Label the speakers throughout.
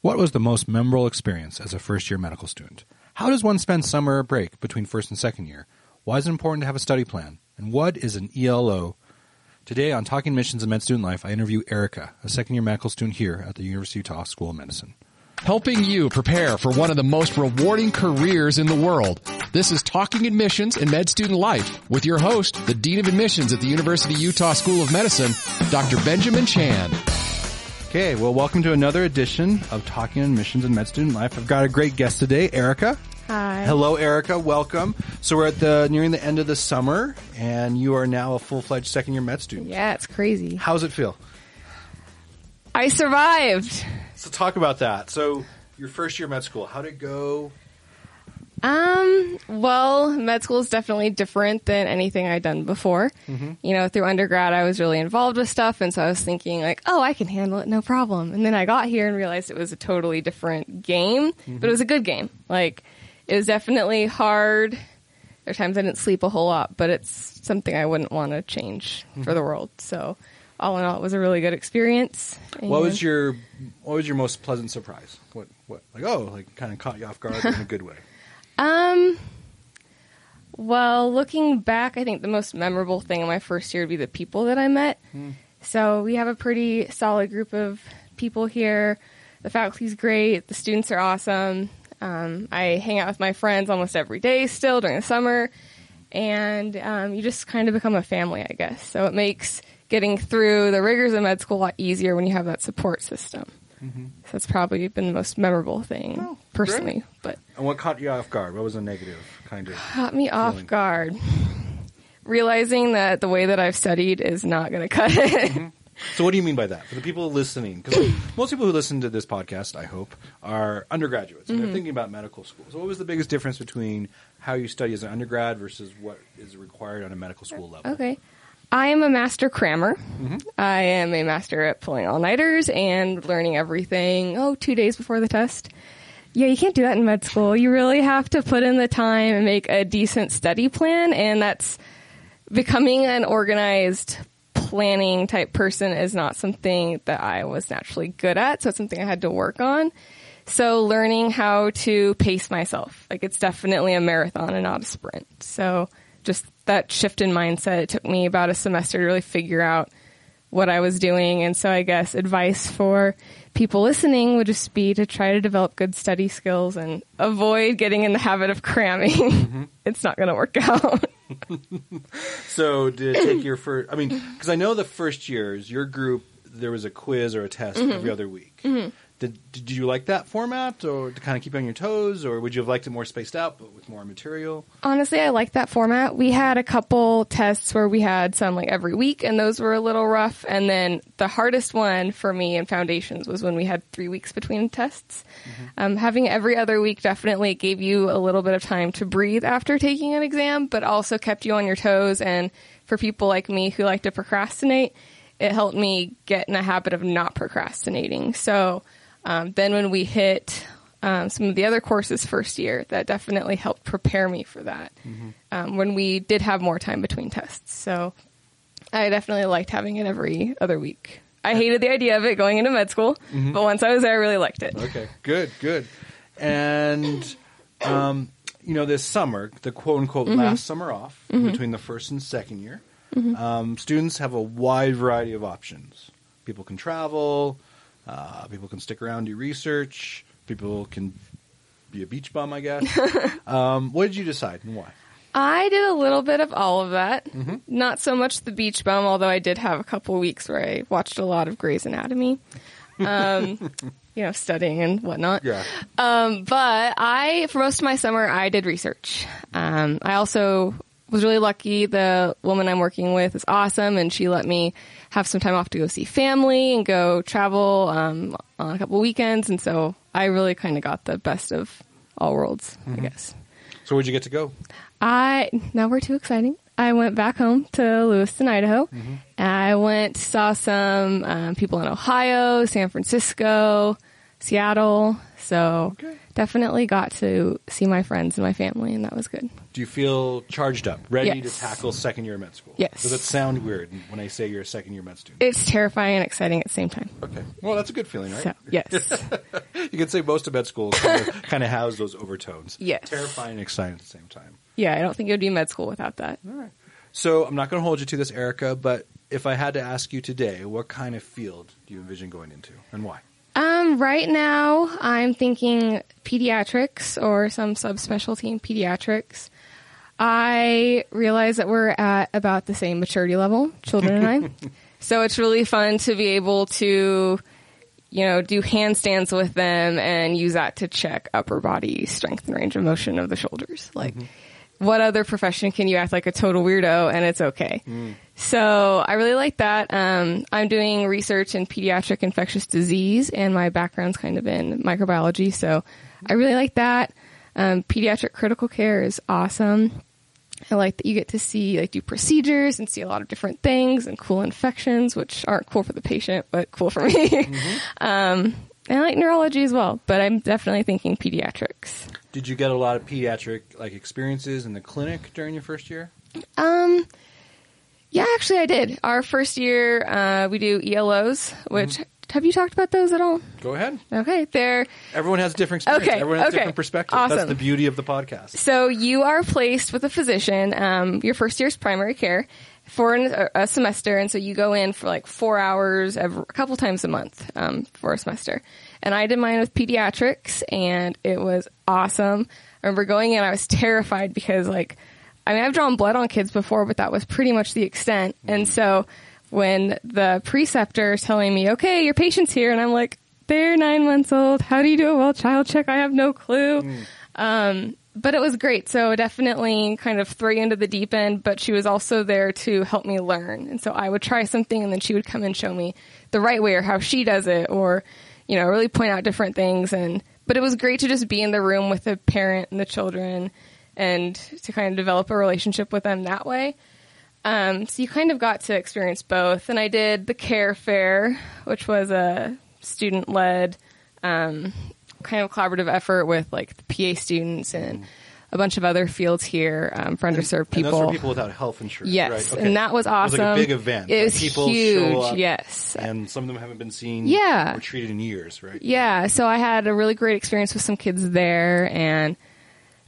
Speaker 1: What was the most memorable experience as a first year medical student? How does one spend summer or break between first and second year? Why is it important to have a study plan? And what is an ELO? Today on Talking Missions and Med Student Life, I interview Erica, a second year medical student here at the University of Utah School of Medicine.
Speaker 2: Helping you prepare for one of the most rewarding careers in the world. This is Talking Admissions and Med Student Life with your host, the Dean of Admissions at the University of Utah School of Medicine, Dr. Benjamin Chan.
Speaker 1: Okay, well, welcome to another edition of Talking Admissions and Med Student Life. I've got a great guest today, Erica.
Speaker 3: Hi.
Speaker 1: Hello, Erica. Welcome. So we're at the nearing the end of the summer, and you are now a full fledged second year med student.
Speaker 3: Yeah, it's crazy.
Speaker 1: How's it feel?
Speaker 3: I survived.
Speaker 1: So talk about that. So your first year med school, how did it go?
Speaker 3: Um, well, med school is definitely different than anything I'd done before.
Speaker 1: Mm-hmm.
Speaker 3: You know, through undergrad, I was really involved with stuff, and so I was thinking, like, oh, I can handle it, no problem. And then I got here and realized it was a totally different game,
Speaker 1: Mm-hmm.
Speaker 3: but it was a good game. Like, it was definitely hard. There were times I didn't sleep a whole lot, but it's something I wouldn't want to change
Speaker 1: Mm-hmm.
Speaker 3: for the world. So, all in all, it was a really good experience.
Speaker 1: What
Speaker 3: and-
Speaker 1: was your what was your most pleasant surprise? What what like oh like kind of caught you off guard in a good way.
Speaker 3: Um. Well, looking back, I think the most memorable thing in my first year would be the people that I met.
Speaker 1: Hmm.
Speaker 3: So we have a pretty solid group of people here. The faculty's great. The students are awesome. Um, I hang out with my friends almost every day still during the summer, and um, you just kind of become a family, I guess. So it makes getting through the rigors of med school a lot easier when you have that support system. So that's probably been the most memorable thing
Speaker 1: Mm-hmm. Oh, great.
Speaker 3: personally, but
Speaker 1: And what caught you off guard? What was a negative kind of?
Speaker 3: caught me off
Speaker 1: Feeling.
Speaker 3: guard. Realizing that the way that I've studied is not going to cut it.
Speaker 1: So what do you mean by that? For the people listening, because most people who listen to this podcast, I hope, are undergraduates and they're thinking about medical school. So what was the biggest difference between how you study as an undergrad versus what is required on a medical school level?
Speaker 3: Okay. I am a master crammer. I am a master at pulling all nighters and learning everything, oh, two days before the test. Yeah, you can't do that in med school. You really have to put in the time and make a decent study plan, and that's becoming an organized planning type person is not something that I was naturally good at, so it's something I had to work on. So learning how to pace myself, like it's definitely a marathon and not a sprint. So just that shift in mindset, it took me about a semester to really figure out what I was doing. And so I guess advice for people listening would just be to try to develop good study skills and avoid getting in the habit of cramming. it's not going to work out.
Speaker 1: So did it take your first? I mean, because I know the first years, your group there was a quiz or a test every other week. Did, did you like that format, or to kind of keep you on your toes, or would you have liked it more spaced out but with more material?
Speaker 3: honestly, I like that format. We had a couple tests where we had some like every week, and those were a little rough. And then the hardest one for me in foundations was when we had three weeks between tests. Um, having every other week definitely gave you a little bit of time to breathe after taking an exam, but also kept you on your toes. And for people like me who like to procrastinate, it helped me get in a habit of not procrastinating. So um, then when we hit um, some of the other courses first year that definitely helped prepare me for that
Speaker 1: Mm-hmm.
Speaker 3: um, when we did have more time between tests. So I definitely liked having it every other week. I hated the idea of it going into med school, but once I was there, I really liked it.
Speaker 1: Mm-hmm. Okay, good, good. And um, you know, this summer, the quote unquote
Speaker 3: Mm-hmm.
Speaker 1: last summer off between the first and second year, um, students have a wide variety of options. People can travel, uh, people can stick around, do research, people can be a beach bum, I guess. um, what did you decide and why?
Speaker 3: I did a little bit of all of that.
Speaker 1: Mm-hmm.
Speaker 3: Not so much the beach bum, although I did have a couple weeks where I watched a lot of Grey's Anatomy, um, you know, studying and whatnot.
Speaker 1: Yeah.
Speaker 3: Um, but I, for most of my summer, I did research. Um, I also was really lucky. The woman I'm working with is awesome, and she let me have some time off to go see family and go travel um, on a couple weekends. And so I really kind of got the best of all worlds, I guess.
Speaker 1: So where'd you get to go?
Speaker 3: I now we're too exciting. I went back home to Lewiston, Idaho. I went saw some um, people in Ohio, San Francisco, Seattle. So
Speaker 1: Okay.
Speaker 3: definitely got to see my friends and my family, and that was good.
Speaker 1: Do you feel charged up, ready
Speaker 3: Yes.
Speaker 1: to tackle second year med school?
Speaker 3: Yes.
Speaker 1: Does it sound weird when I say you're a second year med student?
Speaker 3: It's terrifying and exciting at the same time.
Speaker 1: okay. Well, that's a good feeling, right?
Speaker 3: So yes,
Speaker 1: you can say most of med school kind of, kind of has those overtones.
Speaker 3: Yes.
Speaker 1: Terrifying and exciting at the same time.
Speaker 3: Yeah, I don't think it would be med school without that.
Speaker 1: So I'm not going to hold you to this, Erica, but if I had to ask you today, what kind of field do you envision going into and why?
Speaker 3: Um, right now, I'm thinking pediatrics or some subspecialty in pediatrics. I realize that we're at about the same maturity level, children and I. So it's really fun to be able to, you know, do handstands with them and use that to check upper body strength and range of motion of the shoulders. Like, what other profession can you act like a total weirdo and it's okay? So I really like that. Um, I'm doing research in pediatric infectious disease, and my background's kind of in microbiology. So I really like that. Um, pediatric critical care is awesome. I like that you get to see, like, do procedures and see a lot of different things and cool infections, which aren't cool for the patient, but cool for me. um, and I like neurology as well, but I'm definitely thinking pediatrics.
Speaker 1: Did you get a lot of pediatric like experiences in the clinic during your first year?
Speaker 3: Um, yeah, actually, I did. Our first year, uh, we do ELOs, which have you talked about those at all?
Speaker 1: Go ahead.
Speaker 3: Okay, they're
Speaker 1: Everyone has different experience.
Speaker 3: Okay,
Speaker 1: Everyone has
Speaker 3: okay.
Speaker 1: different perspective. That's
Speaker 3: Awesome.
Speaker 1: the beauty of the podcast.
Speaker 3: so you are placed with a physician. Um, your first year's primary care for an, a semester, and so you go in for like four hours every, a couple times a month um, for a semester. And I did mine with pediatrics, and it was awesome. I remember going in, I was terrified because like I mean, I've drawn blood on kids before, but that was pretty much the extent. And so when the preceptor is telling me, okay, your patient's here, and I'm like, they're nine months old. How do you do a well child check? I have no clue. Um, but it was great. So definitely kind of throw you into the deep end, but she was also there to help me learn. And so I would try something and then she would come and show me the right way or how she does it or, you know, really point out different things. And, but it was great to just be in the room with the parent and the children and to kind of develop a relationship with them that way. Um, so you kind of got to experience both. And I did the Care Fair, which was a student led kind of collaborative effort with like the PA students and a bunch of other fields here um, for underserved
Speaker 1: And those
Speaker 3: people.
Speaker 1: were people without health insurance.
Speaker 3: Yes,
Speaker 1: right? Okay.
Speaker 3: and that was awesome.
Speaker 1: It was like a big event.
Speaker 3: It
Speaker 1: Like,
Speaker 3: was
Speaker 1: people
Speaker 3: huge.
Speaker 1: Show up,
Speaker 3: yes,
Speaker 1: And some of them haven't been seen
Speaker 3: Yeah.
Speaker 1: or treated in years, right?
Speaker 3: yeah. So I had a really great experience with some kids there, and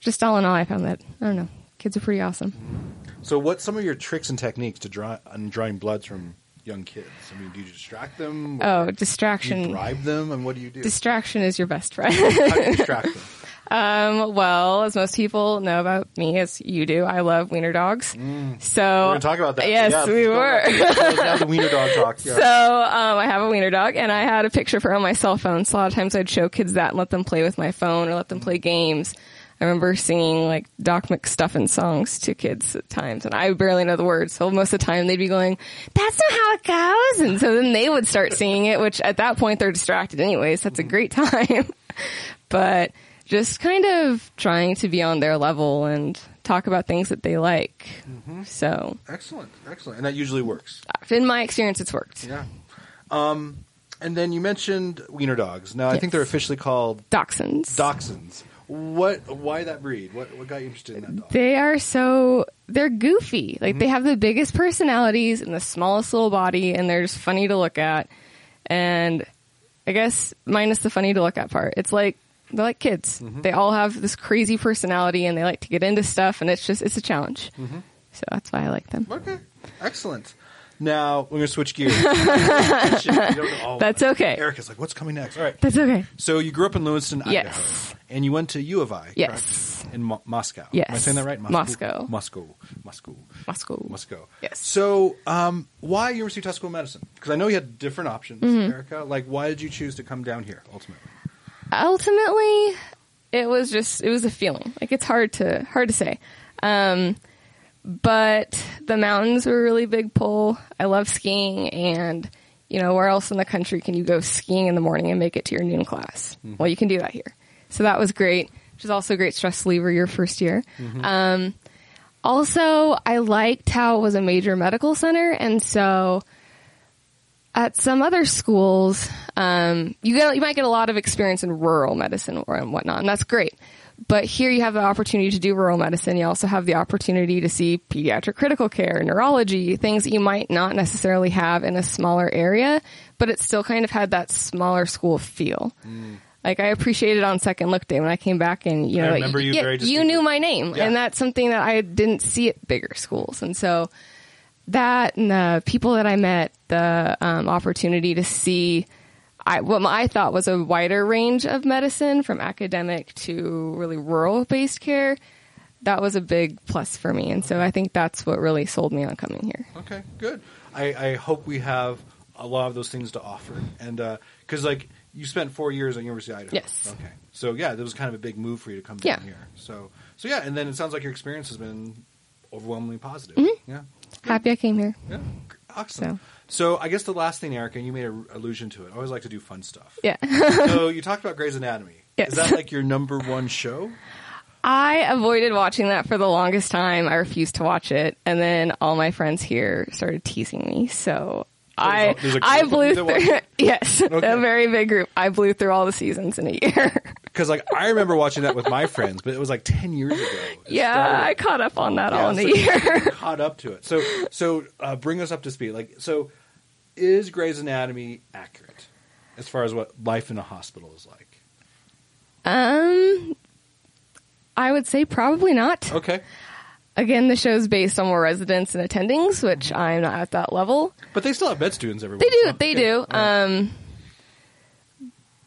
Speaker 3: just all in all, I found that I don't know, kids are pretty awesome.
Speaker 1: So, what's some of your tricks and techniques to draw on drawing bloods from young kids? I mean, do you distract them? Or
Speaker 3: Oh,
Speaker 1: do you
Speaker 3: distraction.
Speaker 1: bribe them? And what do you do?
Speaker 3: Distraction is your best friend.
Speaker 1: How do you distract them?
Speaker 3: Um, well, as most people know about me, as you do, I love wiener dogs. So
Speaker 1: Mm. We're going to talk about that.
Speaker 3: Yes,
Speaker 1: Yeah,
Speaker 3: we
Speaker 1: go
Speaker 3: were.
Speaker 1: back. That was- that was the wiener dog talk. Yeah.
Speaker 3: So um, I have a wiener dog, and I had a picture of her on my cell phone. So a lot of times I'd show kids that and let them play with my phone or let them play games. I remember singing like Doc McStuffin songs to kids at times, and I barely know the words. So most of the time they'd be going, "That's not how it goes," and so then they would start singing it, which at that point they're distracted anyways. That's a great time, but just kind of trying to be on their level and talk about things that they like. So,
Speaker 1: Excellent, excellent, and that usually works.
Speaker 3: in my experience, it's worked.
Speaker 1: Yeah. Um, and then you mentioned wiener dogs. Now I think
Speaker 3: Yes.
Speaker 1: they're officially called
Speaker 3: Dachshunds.
Speaker 1: dachshunds. What? Why that breed? What? What got you interested in
Speaker 3: Uh,
Speaker 1: that dog?
Speaker 3: They are so they're goofy. Like they have the biggest personalities and the smallest little body, and they're just funny to look at. And I guess minus the funny to look at part, it's like they're like kids. They all have this crazy personality, and they like to get into stuff, and it's just it's a challenge. So that's why I like them.
Speaker 1: Okay, excellent. Now we're gonna switch gears. Shit, you don't know- oh,
Speaker 3: That's okay.
Speaker 1: Erica's like, what's coming next? All right.
Speaker 3: That's okay.
Speaker 1: So you grew up in Lewiston, Idaho,
Speaker 3: Yes.
Speaker 1: and you went to U of I.
Speaker 3: Yes.
Speaker 1: correct? In Mo- Moscow.
Speaker 3: Yes.
Speaker 1: Am I saying that right?
Speaker 3: Moscow.
Speaker 1: Moscow. Moscow.
Speaker 3: Moscow.
Speaker 1: Moscow.
Speaker 3: Yes.
Speaker 1: So, um, why University of Utah School of Medicine? Because I know you had different options,
Speaker 3: Mm-hmm.
Speaker 1: Erica. Like, why did you choose to come down here ultimately?
Speaker 3: ultimately it was just it was a feeling like it's hard to hard to say um but the mountains were a really big pull i love skiing and you know where else in the country can you go skiing in the morning and make it to your noon class well you can do that here so that was great which is also a great stress reliever your first year
Speaker 1: Mm-hmm.
Speaker 3: um also i liked how it was a major medical center and so at some other schools, um, you get you might get a lot of experience in rural medicine or and whatnot, and that's great. But here you have the opportunity to do rural medicine. You also have the opportunity to see pediatric critical care, neurology, things that you might not necessarily have in a smaller area, but it still kind of had that smaller school feel. Like I appreciated on second look day when I came back and you
Speaker 1: Mm. I
Speaker 3: know
Speaker 1: remember you
Speaker 3: yeah,
Speaker 1: very
Speaker 3: you
Speaker 1: distinctly.
Speaker 3: knew my name
Speaker 1: Yeah.
Speaker 3: and that's something that I didn't see at bigger schools and so that and the people that I met the um, opportunity to see I, what I thought was a wider range of medicine from academic to really rural based care that was a big plus for me and so I think that's what really sold me on coming here.
Speaker 1: Okay, good. I, I hope we have a lot of those things to offer, and because like you spent four years at University of Idaho.
Speaker 3: Yes.
Speaker 1: Okay. So yeah, that was kind of a big move for you to come
Speaker 3: Yeah.
Speaker 1: down here. So so yeah, and then it sounds like your experience has been overwhelmingly positive.
Speaker 3: Mm-hmm.
Speaker 1: Yeah.
Speaker 3: Happy I came here.
Speaker 1: Yeah. Awesome. So. I guess the last thing, Erica, and you made an allusion to it. I always like to do fun stuff.
Speaker 3: Yeah.
Speaker 1: so you talked about Grey's Anatomy.
Speaker 3: Yes.
Speaker 1: Is that like your number one show?
Speaker 3: I avoided watching that for the longest time. I refused to watch it, and then all my friends here started teasing me. So I,
Speaker 1: there's a- there's a
Speaker 3: I
Speaker 1: group of
Speaker 3: blew
Speaker 1: you that watch
Speaker 3: through.
Speaker 1: it?
Speaker 3: yes,
Speaker 1: Okay.
Speaker 3: a very big group. I blew through all the seasons in a year.
Speaker 1: Because like I remember watching that with my friends, but it was like ten years ago. It
Speaker 3: yeah,
Speaker 1: started.
Speaker 3: I caught up on that all in
Speaker 1: Yeah,
Speaker 3: a year.
Speaker 1: so you're caught up to it. So, so uh, bring us up to speed. Like, so is Grey's Anatomy accurate as far as what life in a hospital is like?
Speaker 3: Um, I would say probably not.
Speaker 1: Okay,
Speaker 3: Again, the show's based on more residents and attendings, which I'm not at that level.
Speaker 1: but they still have med students everywhere.
Speaker 3: They do. They do. Um,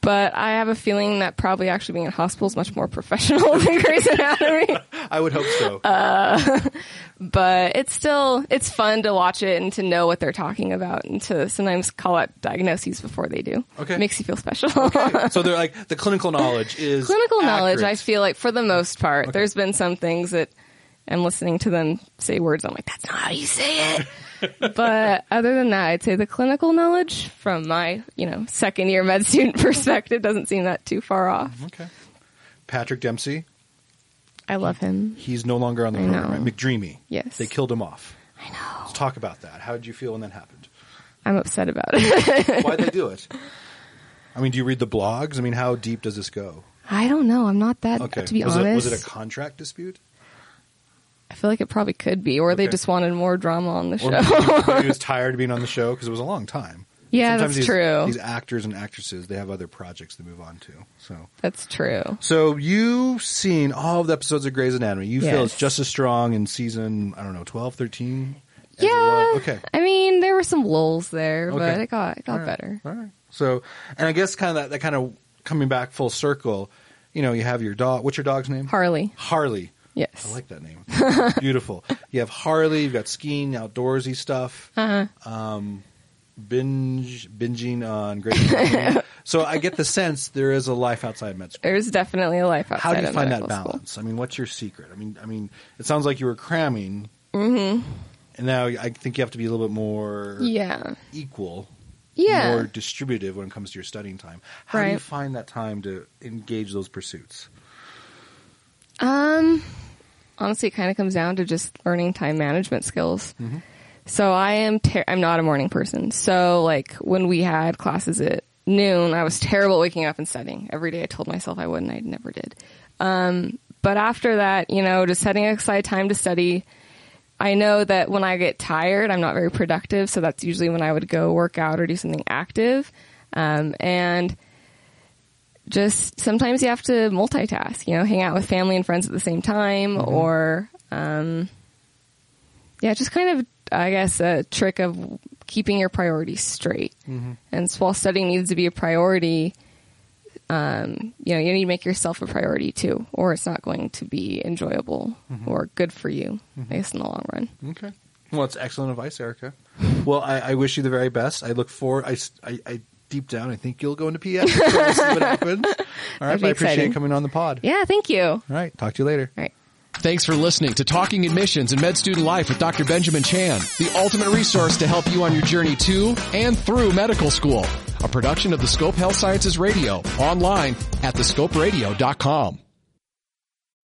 Speaker 3: but I have a feeling that probably actually being in hospital is much more professional than Grey's Anatomy.
Speaker 1: I would hope so.
Speaker 3: Uh, But it's still it's fun to watch it and to know what they're talking about and to sometimes call out diagnoses before they do.
Speaker 1: Okay.
Speaker 3: makes you feel special.
Speaker 1: so they're like the clinical knowledge is
Speaker 3: Clinical knowledge, I
Speaker 1: accurate.
Speaker 3: feel like for the most part, there's been some things that I'm listening to them say words. I'm like, that's not how you say it. but other than that, I'd say the clinical knowledge from my, you know, second year med student perspective doesn't seem that too far off.
Speaker 1: Okay, Patrick Dempsey,
Speaker 3: I love him.
Speaker 1: he's no longer on the
Speaker 3: I
Speaker 1: program.
Speaker 3: know.
Speaker 1: Right? McDreamy.
Speaker 3: Yes.
Speaker 1: they killed him off. I know. Let's talk about that. How did you feel when that happened?
Speaker 3: I'm upset about it.
Speaker 1: Why would they do it? I mean, do you read the blogs? I mean, how deep does this go?
Speaker 3: I don't know. I'm not that,
Speaker 1: Okay,
Speaker 3: to be
Speaker 1: was
Speaker 3: honest.
Speaker 1: it, was it a contract dispute?
Speaker 3: I feel like it probably could be, or they
Speaker 1: Okay.
Speaker 3: just wanted more drama on the
Speaker 1: Or
Speaker 3: show.
Speaker 1: maybe, he- maybe he was tired of being on the show because it was a long time.
Speaker 3: Yeah,
Speaker 1: Sometimes
Speaker 3: that's
Speaker 1: these,
Speaker 3: true.
Speaker 1: These actors and actresses, they have other projects they move on to. So,
Speaker 3: That's true.
Speaker 1: so you've seen all of the episodes of Grey's Anatomy. You feel
Speaker 3: Yes.
Speaker 1: it's just as strong in season, I don't know, 12, 13? as it
Speaker 3: Yeah.
Speaker 1: was- Okay.
Speaker 3: I mean, there were some lulls there, but
Speaker 1: Okay.
Speaker 3: it got it got
Speaker 1: All right.
Speaker 3: better.
Speaker 1: All right. So, and I guess kind of that, that kind of coming back full circle, you know, you have your dog. What's your dog's name?
Speaker 3: Harley.
Speaker 1: Harley.
Speaker 3: Yes.
Speaker 1: I like that name. Beautiful. You have Harley. You've got skiing, outdoorsy stuff. Um,
Speaker 3: Uh-huh.
Speaker 1: binge binging on great. Anatomy. so I get the sense there is a life outside med school.
Speaker 3: There's definitely a life outside
Speaker 1: How do you
Speaker 3: of
Speaker 1: find that
Speaker 3: medical school.
Speaker 1: balance? I mean, what's your secret? I mean, I mean, it sounds like you were cramming, and now I think you have to be a little bit more
Speaker 3: Mm-hmm. Yeah.
Speaker 1: equal,
Speaker 3: Yeah.
Speaker 1: more distributive when it comes to your studying time. How do you
Speaker 3: Right.
Speaker 1: find that time to engage those pursuits?
Speaker 3: Um, honestly, it kind of comes down to just learning time management skills.
Speaker 1: Mm-hmm.
Speaker 3: So I am ter- I'm not a morning person. So like when we had classes at noon, I was terrible at waking up and studying. Every day I told myself I would and I never did. Um, but after that, you know, just setting aside time to study. I know that when I get tired, I'm not very productive. So that's usually when I would go work out or do something active. Um, and just sometimes you have to multitask, you know, hang out with family and friends at the same time or, um, yeah, just kind of, I guess, a trick of keeping your priorities straight. And so while studying needs to be a priority, um, you know, you need to make yourself a priority too, or it's not going to be enjoyable or good for you, I guess, in the long run.
Speaker 1: Okay. Well, it's excellent advice, Erica. Well, I, I wish you the very best. I look forward. I, s- I- I- deep down, I think you'll go into pediatrics. so we'll see what happens. All right. But
Speaker 3: That'd be
Speaker 1: I appreciate you
Speaker 3: exciting.
Speaker 1: coming on the pod.
Speaker 3: Yeah, thank you. All
Speaker 1: All right. Talk to you later.
Speaker 3: right.
Speaker 2: Thanks for listening to Talking Admissions and Med Student Life with Dr. Benjamin Chan, the ultimate resource to help you on your journey to and through medical school. A production of the Scope Health Sciences Radio, online at thescoperadio.com.